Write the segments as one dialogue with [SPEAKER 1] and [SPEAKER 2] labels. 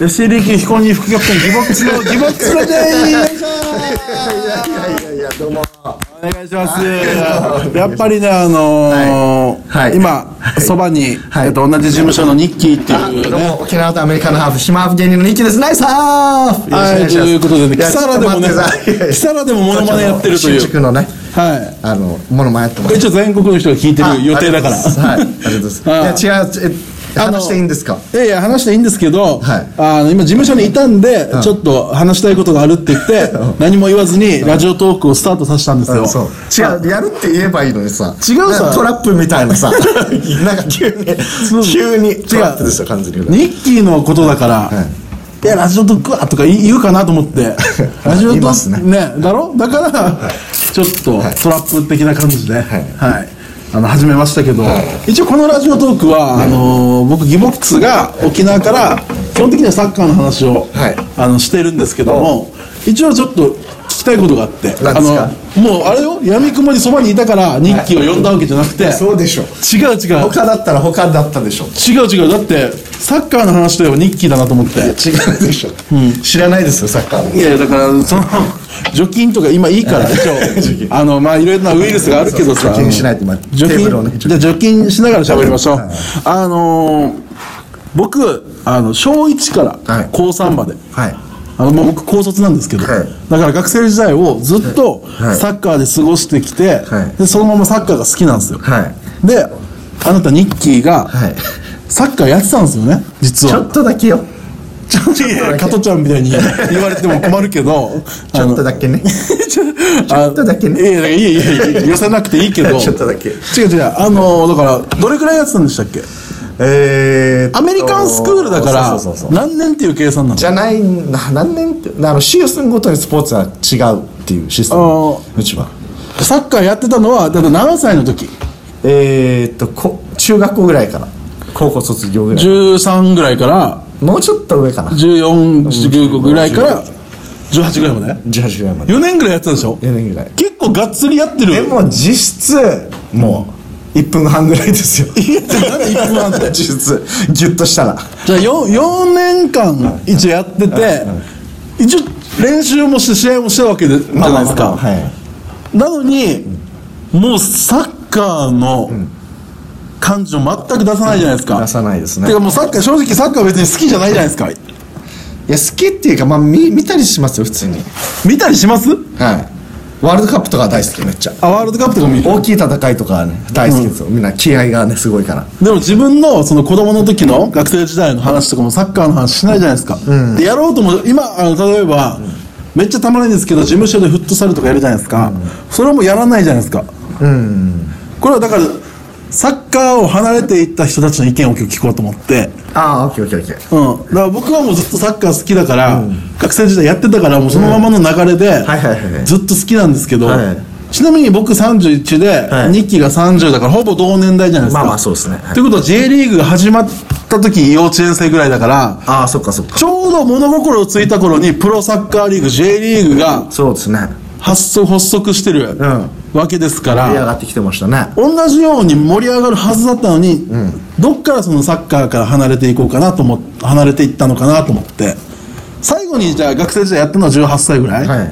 [SPEAKER 1] SLK 非婚に副キャプテンギボックスのギボックスのでよいしょ
[SPEAKER 2] いやいやいや、どうも。
[SPEAKER 1] お願いしますやっぱりねあのー
[SPEAKER 2] はいはい
[SPEAKER 1] 今そばに、
[SPEAKER 2] はい
[SPEAKER 1] えっと、同じ事務所のニッキーって
[SPEAKER 2] あ
[SPEAKER 1] いう
[SPEAKER 2] どうも、沖縄とアメリカのハーフ、島ハーフ芸人のニッキーです。ナイスハーフ
[SPEAKER 1] はいということでね
[SPEAKER 2] や
[SPEAKER 1] キサラでもね
[SPEAKER 2] ちょっと待ってください
[SPEAKER 1] キサラでもモノマネやってるという
[SPEAKER 2] 新宿のね、
[SPEAKER 1] はい
[SPEAKER 2] あの、モノマネやってま
[SPEAKER 1] これ
[SPEAKER 2] す。
[SPEAKER 1] 一応全国の人が聞いてる予定だから
[SPEAKER 2] あありがとうございますはい、ありがとうございます。いや、違う、え、
[SPEAKER 1] あの
[SPEAKER 2] 話していいんですか
[SPEAKER 1] いやいや話していいんですけど、
[SPEAKER 2] はい
[SPEAKER 1] あの今事務所にいたんで、ちょっと話したいことがあるって言って何も言わずにラジオトークをスタートさせたんですよ
[SPEAKER 2] そう。違う、やるって言えばいいのにさ。
[SPEAKER 1] 違うさ
[SPEAKER 2] なんかトラップみたいなさ。なんか急
[SPEAKER 1] そう
[SPEAKER 2] に、急に、トラップですよ、完全に。
[SPEAKER 1] ニッキーのことだから、、
[SPEAKER 2] はい
[SPEAKER 1] やラジオトークはとか言い言うかなと思って ラジオト
[SPEAKER 2] 言いま
[SPEAKER 1] ー
[SPEAKER 2] す
[SPEAKER 1] ク
[SPEAKER 2] ね
[SPEAKER 1] だろだから、ちょっと
[SPEAKER 2] い
[SPEAKER 1] トラップ的な感じで、はいあの始めましたけど、一応このラジオトークは、あのー僕ギボックスが沖縄から基本的にはサッカーの話を、
[SPEAKER 2] はい
[SPEAKER 1] あのしてるんですけども一応ちょっと聞きたいことがあってあ
[SPEAKER 2] 何ですか
[SPEAKER 1] のもうあれよ闇雲にそばにいたからニッキーを呼んだわけじゃなくて、
[SPEAKER 2] そうでしょ。
[SPEAKER 1] 違う違う
[SPEAKER 2] 他だったら他だったでしょ。
[SPEAKER 1] 違う違うだってサッカーの話といえばニッキーだなと思って
[SPEAKER 2] 違うでしょ。知らないですよ、サッカーの
[SPEAKER 1] いやいやだからその除菌とか今いいから一応あのまあいろいろなウイルスがあるけどさ
[SPEAKER 2] 除菌しないとまあ
[SPEAKER 1] 除
[SPEAKER 2] テーブルをね
[SPEAKER 1] 菌じゃあ除菌しながら喋りましょうあのー僕あの小1か
[SPEAKER 2] は
[SPEAKER 1] ら
[SPEAKER 2] い
[SPEAKER 1] 高3まで
[SPEAKER 2] はい。
[SPEAKER 1] あのもう僕高卒なんですけど、
[SPEAKER 2] はい
[SPEAKER 1] だから学生時代をずっと
[SPEAKER 2] はい
[SPEAKER 1] サッカーで過ごしてきて、
[SPEAKER 2] はい
[SPEAKER 1] でそのままサッカーが好きなんですよ、
[SPEAKER 2] はい。
[SPEAKER 1] であなたニッキーが
[SPEAKER 2] はい
[SPEAKER 1] サッカーやってたんですよね実は
[SPEAKER 2] ちょっとだけよ。
[SPEAKER 1] ちょっといや加トちゃんみたいに言われても困るけど
[SPEAKER 2] ちょっとだけね。
[SPEAKER 1] ちょ
[SPEAKER 2] っとだけね
[SPEAKER 1] いやいやいやいや寄せなくていいけど
[SPEAKER 2] ちょっとだけ
[SPEAKER 1] 違う違うあのだからどれくらいやってたんでしたっけ
[SPEAKER 2] えーっと
[SPEAKER 1] アメリカンスクールだから
[SPEAKER 2] そうそうそうそう
[SPEAKER 1] 何年っていう計算なの
[SPEAKER 2] じゃないな何年ってあのシーズンごとにスポーツは違うっていうシステ
[SPEAKER 1] あ
[SPEAKER 2] ム
[SPEAKER 1] ー
[SPEAKER 2] うちは
[SPEAKER 1] サッカーやってたのはだって何歳の時
[SPEAKER 2] えー、っとこ中学校ぐらいから高校卒業ぐらい
[SPEAKER 1] 13ぐらいから
[SPEAKER 2] もうちょっと上かな
[SPEAKER 1] 1415ぐらいから18ぐらいまで
[SPEAKER 2] 18ぐらいまで
[SPEAKER 1] 4年ぐらいやってたでしょ
[SPEAKER 2] 4年ぐらい
[SPEAKER 1] 結構がっつりやってる
[SPEAKER 2] でも実質もう1分半ぐらいですよ
[SPEAKER 1] いやなんで1分半って
[SPEAKER 2] 実質ギュッとしたら
[SPEAKER 1] じゃあ 4, 4年間一応やってて一応練習もして試合もしたわけでじゃないですか
[SPEAKER 2] はい
[SPEAKER 1] なのにもうサッカーの感じを全く出さないじゃないですか
[SPEAKER 2] 出さないですね
[SPEAKER 1] てかもうサッカー正直サッカーは別に好きじゃないじゃないですか
[SPEAKER 2] いや好きっていうかまあ見見たりしますよ普通に
[SPEAKER 1] 見たりします
[SPEAKER 2] はいワールドカップとか大好きめっちゃ
[SPEAKER 1] あワールドカップとか見る
[SPEAKER 2] 大きい戦いとかはね大好きですよ、みんな気合がねすごいから
[SPEAKER 1] でも自分のその子供の時の学生時代の話とかもサッカーの話しないじゃないですか、でやろうとも今あの例えば、めっちゃたまらないんですけど事務所でフットサルとかやるじゃないですか、それもやらないじゃないですか、これはだからサッカーを離れていった人たちの意見を今日聞こうと思って、
[SPEAKER 2] ああオッケーオッケーオッケー
[SPEAKER 1] うん、だから僕はもうずっとサッカー好きだから、学生時代やってたからもうそのままの流れで、
[SPEAKER 2] はいはいはい
[SPEAKER 1] ずっと好きなんですけど、
[SPEAKER 2] はい
[SPEAKER 1] ちなみに僕31で、
[SPEAKER 2] はい
[SPEAKER 1] ニッキーが30だからほぼ同年代じゃないですか
[SPEAKER 2] まあまあそうですねはい
[SPEAKER 1] ということは J リーグが始まった時幼稚園生ぐらいだから
[SPEAKER 2] ああそっかそっか
[SPEAKER 1] ちょうど物心をついた頃にプロサッカーリーグ J リーグが
[SPEAKER 2] そうですね
[SPEAKER 1] 発足発足してる
[SPEAKER 2] ん
[SPEAKER 1] わけですか
[SPEAKER 2] 盛り上
[SPEAKER 1] ら、
[SPEAKER 2] がってきてましたね
[SPEAKER 1] 同じように盛り上がるはずだったのに、どっからそのサッカーから離れていこうかなと思っ離れていったのかなと思って最後にじゃあ学生時代やったのは18歳ぐらい、
[SPEAKER 2] はい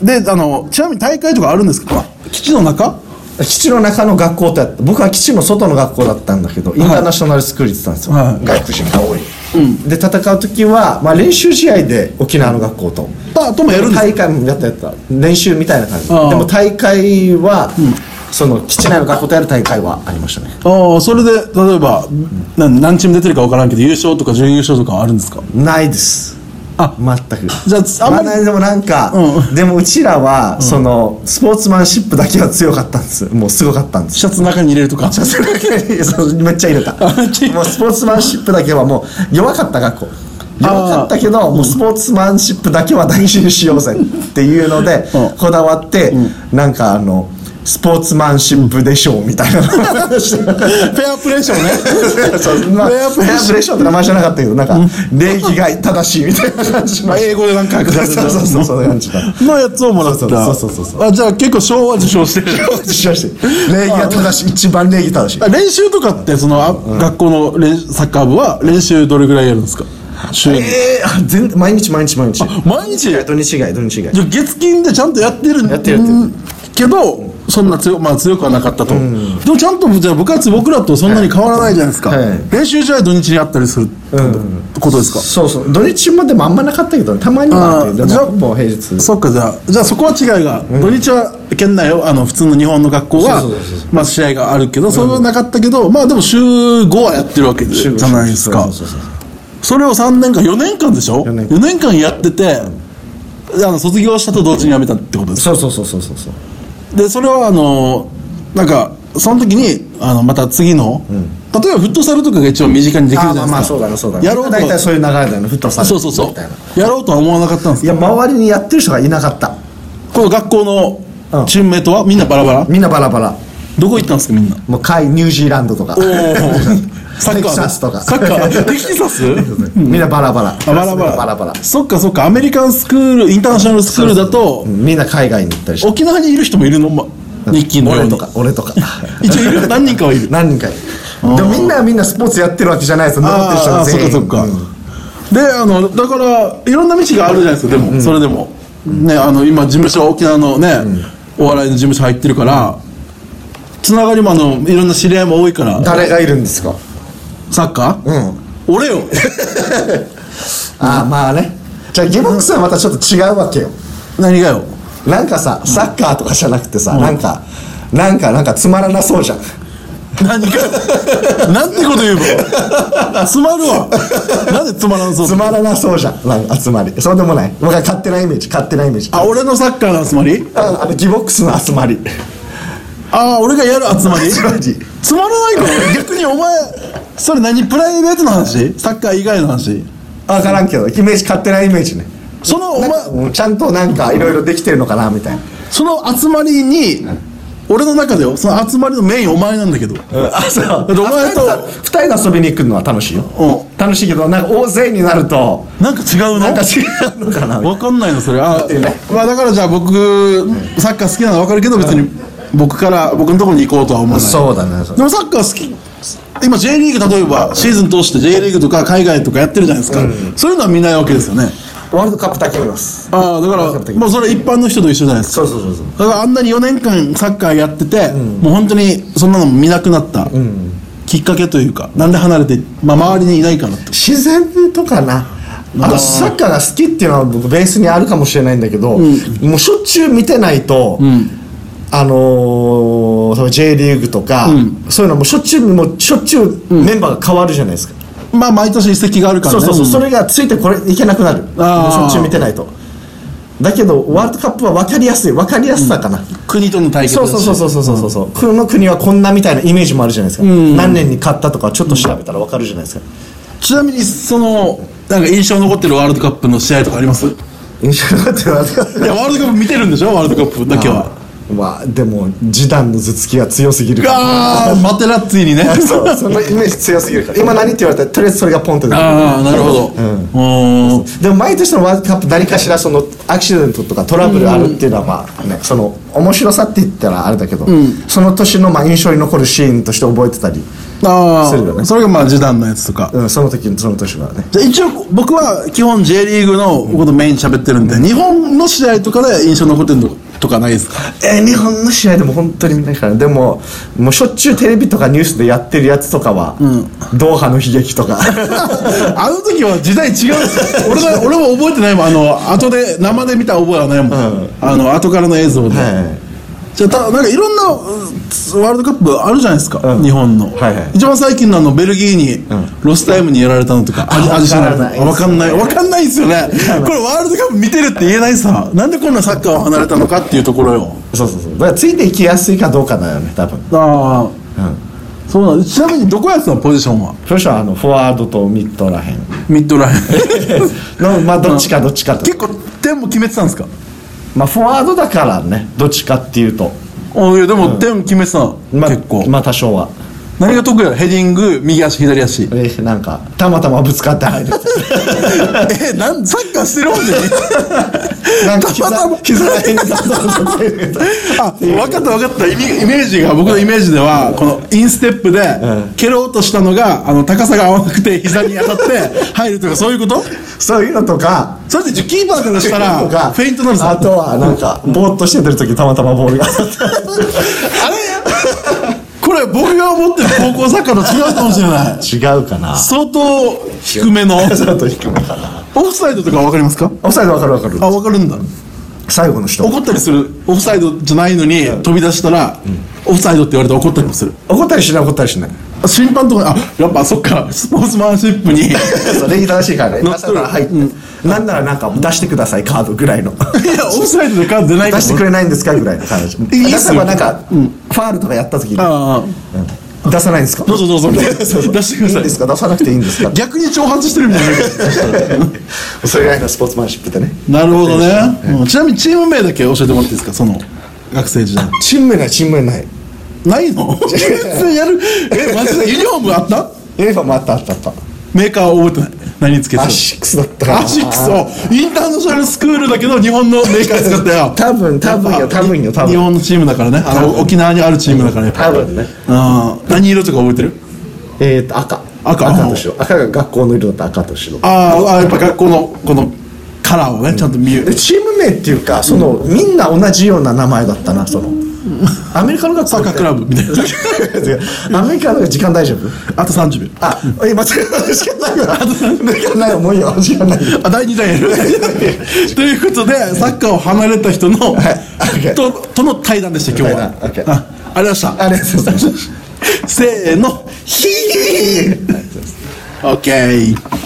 [SPEAKER 1] であのちなみに大会とかあるんですか基地の中
[SPEAKER 2] 基地の中の学校ってあって僕は基地の外の学校だったんだけどインターナショナルスクール行ってたんですよ、
[SPEAKER 1] はい
[SPEAKER 2] 外国人が多い、で戦う時は、まあ、練習試合で沖縄の学校と
[SPEAKER 1] あともやるんですか
[SPEAKER 2] 大会もやったやった練習みたいな感じで
[SPEAKER 1] ああ
[SPEAKER 2] も大会は、その基地内の学校とやる大会はありましたね
[SPEAKER 1] ああそれで例えば、な何チーム出てるか分からんけど優勝とか準優勝とかはあるんですか
[SPEAKER 2] ないです
[SPEAKER 1] あ
[SPEAKER 2] 全く
[SPEAKER 1] じゃあつあんま
[SPEAKER 2] ま
[SPEAKER 1] り
[SPEAKER 2] あ、でもなんか、
[SPEAKER 1] う
[SPEAKER 2] でもうちらは、そのスポーツマンシップだけは強かったんですもうすごかったんです
[SPEAKER 1] シャツの中に入れると か
[SPEAKER 2] じゃあそれだけにそうめっちゃ入れた
[SPEAKER 1] ち
[SPEAKER 2] もうスポーツマンシップだけはもう弱かった学校弱かったけどもうスポーツマンシップだけは大事にしようぜっていうので、
[SPEAKER 1] うん
[SPEAKER 2] こだわって、なんかあのスポーツマンシップでしょうみたいな話を
[SPEAKER 1] ペアプレーションね
[SPEAKER 2] そう まあ、
[SPEAKER 1] フ
[SPEAKER 2] フ
[SPEAKER 1] ェ
[SPEAKER 2] ェ
[SPEAKER 1] ア
[SPEAKER 2] ア
[SPEAKER 1] プ
[SPEAKER 2] プ
[SPEAKER 1] レ
[SPEAKER 2] レ
[SPEAKER 1] ッシャー
[SPEAKER 2] ッシャーって名前じゃなかったけど、なんか、礼儀が正しいみたいな感じの。
[SPEAKER 1] 英語でなんか書くやつ
[SPEAKER 2] そうそうそう、そういう感じだ。
[SPEAKER 1] のやつをもらった
[SPEAKER 2] そうそうそうそうそう
[SPEAKER 1] あじゃあ結構昭和受賞 してる
[SPEAKER 2] 礼儀が正しい、一番礼儀正しい
[SPEAKER 1] あ。練習とかってその、あ学校の練サッカー部は練習どれぐらいやるんですか週に。
[SPEAKER 2] ええー、全毎日毎日毎日。
[SPEAKER 1] 毎日
[SPEAKER 2] 土日以外土日以外。
[SPEAKER 1] じゃあ月金でちゃんとやってるん
[SPEAKER 2] やってるやってる
[SPEAKER 1] けどそんな強,、まあ、強くはなかったと、でもちゃんとじゃあ部活僕らとそんなに変わらないじゃないですか、
[SPEAKER 2] はい
[SPEAKER 1] 練習試合土日にあったりするって
[SPEAKER 2] うん。
[SPEAKER 1] ことですか、
[SPEAKER 2] そうそう土日もでもあんまなかったけど、ね、たまにはあって
[SPEAKER 1] あー
[SPEAKER 2] で
[SPEAKER 1] じゃあ
[SPEAKER 2] もほぼ平日
[SPEAKER 1] そっかじゃあじゃあそこは違いが、土日は県内をあの普通の日本の学校は
[SPEAKER 2] そうそうそうそ
[SPEAKER 1] まあ、試合があるけどそれはなかったけど、まあでも週5はやってるわけじ
[SPEAKER 2] 週
[SPEAKER 1] ゃ
[SPEAKER 2] 五
[SPEAKER 1] ないですか
[SPEAKER 2] そうそうそう
[SPEAKER 1] それを3年間4年間でしょ
[SPEAKER 2] 四年間
[SPEAKER 1] 4年間やっててあの卒業したと同時に辞めたってことですか
[SPEAKER 2] そうそうそうそうそうそう
[SPEAKER 1] でそれはあのなんかその時にあのまた次の、例えばフットサルとかが一応身近にできるじゃないですか、やろうと
[SPEAKER 2] 大体そういう流れだよねフットサル
[SPEAKER 1] そうそうそ
[SPEAKER 2] みたいな
[SPEAKER 1] うやろうとは思わなかったんです
[SPEAKER 2] い
[SPEAKER 1] か
[SPEAKER 2] や周りにやってる人がいなかった
[SPEAKER 1] この学校
[SPEAKER 2] うん
[SPEAKER 1] のチームメイトはみんなバラバラ、
[SPEAKER 2] みんなバラバラ
[SPEAKER 1] どこ行ったんですかみんな
[SPEAKER 2] もう海ニュージーランドとか
[SPEAKER 1] おーサッカーで
[SPEAKER 2] テキサスとか
[SPEAKER 1] サッカーテキサス
[SPEAKER 2] みんなバラバラ
[SPEAKER 1] あバラバラ
[SPEAKER 2] バラバラ
[SPEAKER 1] そっかそっかアメリカンスクールインターナショナルスクールだと
[SPEAKER 2] うんみんな海外に行ったりして
[SPEAKER 1] 沖縄にいる人もいるの、ま、日記のよう
[SPEAKER 2] 俺
[SPEAKER 1] に
[SPEAKER 2] とか 俺とか
[SPEAKER 1] 一応いる何人かはい る
[SPEAKER 2] 何人かいるでもみんなはみんなスポーツやってるわけじゃないですよ残ってる人
[SPEAKER 1] あ
[SPEAKER 2] は
[SPEAKER 1] あそっ
[SPEAKER 2] 全
[SPEAKER 1] か
[SPEAKER 2] 員
[SPEAKER 1] そっか、
[SPEAKER 2] うん
[SPEAKER 1] であのだからいろんな道があるじゃないですかでも、それでも、ねあの今事務所沖縄のね、お笑いの事務所入ってるから、つながりもあのいろんな知り合いも多いから
[SPEAKER 2] 誰がいるんですか
[SPEAKER 1] サッカー、
[SPEAKER 2] うん
[SPEAKER 1] 俺 よ
[SPEAKER 2] ああまあねじゃあゲボックスはまたちょっと違うわけよ
[SPEAKER 1] 何がよ
[SPEAKER 2] なんかさサッカーとかじゃなくてさ、なんかなんかなんかつまらなそうじゃん
[SPEAKER 1] 何がよなんてこと言うの詰まるわなんでつまらんそう
[SPEAKER 2] つまらなそうじゃんなんか集まりそうでもない僕は勝手なイメージ勝手なイメージ
[SPEAKER 1] あ俺のサッカーの集まり
[SPEAKER 2] ああのギボックスの集まり
[SPEAKER 1] ああ俺がやる集まり
[SPEAKER 2] 集まり
[SPEAKER 1] つまらないから逆にお前それ何プライベートの話サッカー以外の話
[SPEAKER 2] 分からんけどイメージ勝手なイメージね
[SPEAKER 1] そのお
[SPEAKER 2] なん
[SPEAKER 1] 前
[SPEAKER 2] かうんちゃんとなんかいろいろできてるのかなみたいな
[SPEAKER 1] その集まりに、俺の中でよその集まりのメインお前なんだけど、
[SPEAKER 2] あそう
[SPEAKER 1] でお前と
[SPEAKER 2] 2人で遊びに行くのは楽しいよ
[SPEAKER 1] う
[SPEAKER 2] 楽しいけどなんか大勢になると
[SPEAKER 1] なんか違うの
[SPEAKER 2] なんか違うのかなみたいな
[SPEAKER 1] わかんないのそれあ
[SPEAKER 2] ってね
[SPEAKER 1] まあだからじゃあ僕サッカー好きなのわかるけど別に僕から僕のところに行こうとは思わない
[SPEAKER 2] そうだねそう
[SPEAKER 1] でもサッカー好き今 J リーグ例えばシーズン通して J リーグとか海外とかやってるじゃないですか、そういうのは見ないわけですよね
[SPEAKER 2] ワールドカップだけ見ます
[SPEAKER 1] ああだからもうそれ一般の人と一緒じゃないですか
[SPEAKER 2] そうそうそうそう
[SPEAKER 1] だからあんなに4年間サッカーやってて、もう本当にそんなの見なくなった、きっかけというかなんで離れて、まあ、周りにいないからって
[SPEAKER 2] 自然とかなあとサッカーが好きっていうのは僕ベースにあるかもしれないんだけど、もうしょっちゅう見てないと、あのー、その J リーグとか、そういうのもしょっちゅうもうしょっちゅうメンバーが変わるじゃないですか、
[SPEAKER 1] まあ毎年移籍があるから
[SPEAKER 2] そう
[SPEAKER 1] ね
[SPEAKER 2] そうそう、それがついてこれいけなくなる
[SPEAKER 1] あー
[SPEAKER 2] もうしょっちゅう見てないとだけどワールドカップは分かりやすい分かりやすさかな、
[SPEAKER 1] 国との対決だ
[SPEAKER 2] そう
[SPEAKER 1] し
[SPEAKER 2] そうそうそうそうそうそう、この国はこんなみたいなイメージもあるじゃないですか、何年に勝ったとかちょっと調べたら分かるじゃないですか
[SPEAKER 1] ちなみにそのなんか印象に残ってるワールドカップの試合とかありますい
[SPEAKER 2] 印象に残ってるワールドカップ
[SPEAKER 1] やワールドカップ見てるんでしょワールドカップだけは
[SPEAKER 2] まあでも示談の頭突きが強すぎるから
[SPEAKER 1] あーマテラッツィに ね
[SPEAKER 2] そうそのイメージ強すぎるから今何って言われたらとりあえずそれがポンと出てくる
[SPEAKER 1] ああなるほどうん
[SPEAKER 2] でも毎年のワールドカップ何かしらそのアクシデントとかトラブルあるっていうのはまあねその面白さって言ったらあれだけど、その年のまあ印象に残るシーンとして覚えてたり、
[SPEAKER 1] あ
[SPEAKER 2] するよ
[SPEAKER 1] あ
[SPEAKER 2] ね
[SPEAKER 1] それがまあ時短のやつとか
[SPEAKER 2] うん、その時その年はね
[SPEAKER 1] じゃあ一応僕は基本 J リーグのことメインに喋ってるんで、日本の試合とかで印象に残ってるのとかないです か
[SPEAKER 2] えー日本の試合でも本当に見ないからでももうしょっちゅうテレビとかニュースでやってるやつとかは、ドーハの悲劇 とか
[SPEAKER 1] あの時は時代違うんですよ俺は俺も覚えてないもんあの後で生で見た覚えはないもん、
[SPEAKER 2] うん
[SPEAKER 1] あの後からの映像で、
[SPEAKER 2] はい
[SPEAKER 1] じゃあたなんかいろんなうんワールドカップあるじゃないですか、
[SPEAKER 2] うん
[SPEAKER 1] 日本の、
[SPEAKER 2] はいはい
[SPEAKER 1] 一番最近のあのベルギーにロスタイムにやられたのとか、アジ
[SPEAKER 2] あ
[SPEAKER 1] アジア
[SPEAKER 2] わからない
[SPEAKER 1] わかんないわかんないですよねこれワールドカップ見てるって言えないさなんでこんなサッカーを離れたのかっていうところよ
[SPEAKER 2] そうそうそうだからついていきやすいかどうかだよね多分
[SPEAKER 1] ああ、
[SPEAKER 2] うん
[SPEAKER 1] そうなんですちなみにどこやってたのポジションは
[SPEAKER 2] そしたらあのフォワードとミッ ドらへん
[SPEAKER 1] ミッドライン
[SPEAKER 2] のまあどっちかどっちかと
[SPEAKER 1] 結構点も決めてたんですか
[SPEAKER 2] まあフォワードだからねどっちかっていうと
[SPEAKER 1] あいやでも点決めてたの、
[SPEAKER 2] まあ
[SPEAKER 1] 結構、
[SPEAKER 2] まあ多少は
[SPEAKER 1] 何が得意なのヘディング、右足、左足。
[SPEAKER 2] えなんかたまたまぶつかって入る
[SPEAKER 1] え、なん、サッカーしてるわけじゃ
[SPEAKER 2] なんか膝
[SPEAKER 1] たまたま
[SPEAKER 2] 膝らへんにたまたまぶつかって入る
[SPEAKER 1] あ、分かった分かった。イメイメージが、僕のイメージでは、このインステップで
[SPEAKER 2] うん、
[SPEAKER 1] 蹴ろうとしたのが、あの、高さが合わなくて、膝に当たって、 入るとか、そういうこと
[SPEAKER 2] そういうのとか
[SPEAKER 1] それって、キーパーからした、
[SPEAKER 2] とから
[SPEAKER 1] フェイントなの
[SPEAKER 2] あ
[SPEAKER 1] さ。
[SPEAKER 2] とはなんかぼーっとしてる時たまたまボー ルが当たった
[SPEAKER 1] これ、僕が思ってる高校サッカーと違うかもしれない。
[SPEAKER 2] 違うかな
[SPEAKER 1] 相当低めの。
[SPEAKER 2] ちょっと低めかな
[SPEAKER 1] オフサイドとか分かりますか
[SPEAKER 2] オフサイドわかるわかる
[SPEAKER 1] あ、分かるんだ。
[SPEAKER 2] 最後の人
[SPEAKER 1] 怒ったりする。オフサイドじゃないのに、飛び出したら、オフサイドって言われて怒ったりもする。
[SPEAKER 2] 怒ったりしない怒ったりしない
[SPEAKER 1] 審判とか、あ、やっぱそっか、スポーツマンシップ に。
[SPEAKER 2] それ正しいからね
[SPEAKER 1] 乗っ取る
[SPEAKER 2] 朝から入って、なんならなんか出してくださいカードぐらいの
[SPEAKER 1] いや、オフサイドでカード出ないか
[SPEAKER 2] 出
[SPEAKER 1] ら
[SPEAKER 2] してくれないんですかぐらいの彼女
[SPEAKER 1] いいっ
[SPEAKER 2] 出
[SPEAKER 1] す
[SPEAKER 2] せ
[SPEAKER 1] よ
[SPEAKER 2] ばなんか、ファールとかやった時に
[SPEAKER 1] ああ、
[SPEAKER 2] 出さないんですか
[SPEAKER 1] どうぞどう ぞみたいな出
[SPEAKER 2] そうそう
[SPEAKER 1] してください
[SPEAKER 2] いんですか出さなくていいんですか
[SPEAKER 1] 逆に挑発してるみたい
[SPEAKER 2] それぐらいのスポーツマンシップでね
[SPEAKER 1] な。なるほどね、うんちなみにチーム名だけ教えてもらっていいですか、その学生時代。
[SPEAKER 2] チーム名ないチーム名ない
[SPEAKER 1] ないの 全然やる。え、マジでユニフォームあった
[SPEAKER 2] ユニファームあったあったあった
[SPEAKER 1] メーカーは覚えてない。何つけてた
[SPEAKER 2] アシックスだったかな
[SPEAKER 1] アシックスをインターナショナルスクールだけど日本のメーカー使ったよ
[SPEAKER 2] 多分多分よ
[SPEAKER 1] やっぱ
[SPEAKER 2] 多分よ多分
[SPEAKER 1] 日本のチームだからねあの沖縄にあるチームだからやっぱ
[SPEAKER 2] 多分ね
[SPEAKER 1] うん何色とか覚えてる
[SPEAKER 2] えー、と赤
[SPEAKER 1] 赤
[SPEAKER 2] と白赤が学校の色だった赤と白
[SPEAKER 1] あーあーやっぱ学校のこのカラーをねちゃんと見る
[SPEAKER 2] でチーム名っていうかその、みんな同じような名前だったなそのアメリカの学校
[SPEAKER 1] サッカーク ラブみたいな
[SPEAKER 2] ブアメリカの時間大丈夫
[SPEAKER 1] あと30秒
[SPEAKER 2] あ、え、間違えた。時間な いよ。時間ないよ。もういいよ。時間ないよ。
[SPEAKER 1] あ第2弾やる ということでサッカーを離れた人の、
[SPEAKER 2] OK
[SPEAKER 1] ととの対談でした今日は、
[SPEAKER 2] 対談 OK
[SPEAKER 1] あありがとうございました
[SPEAKER 2] ありがとうございます。
[SPEAKER 1] せーのヒー OK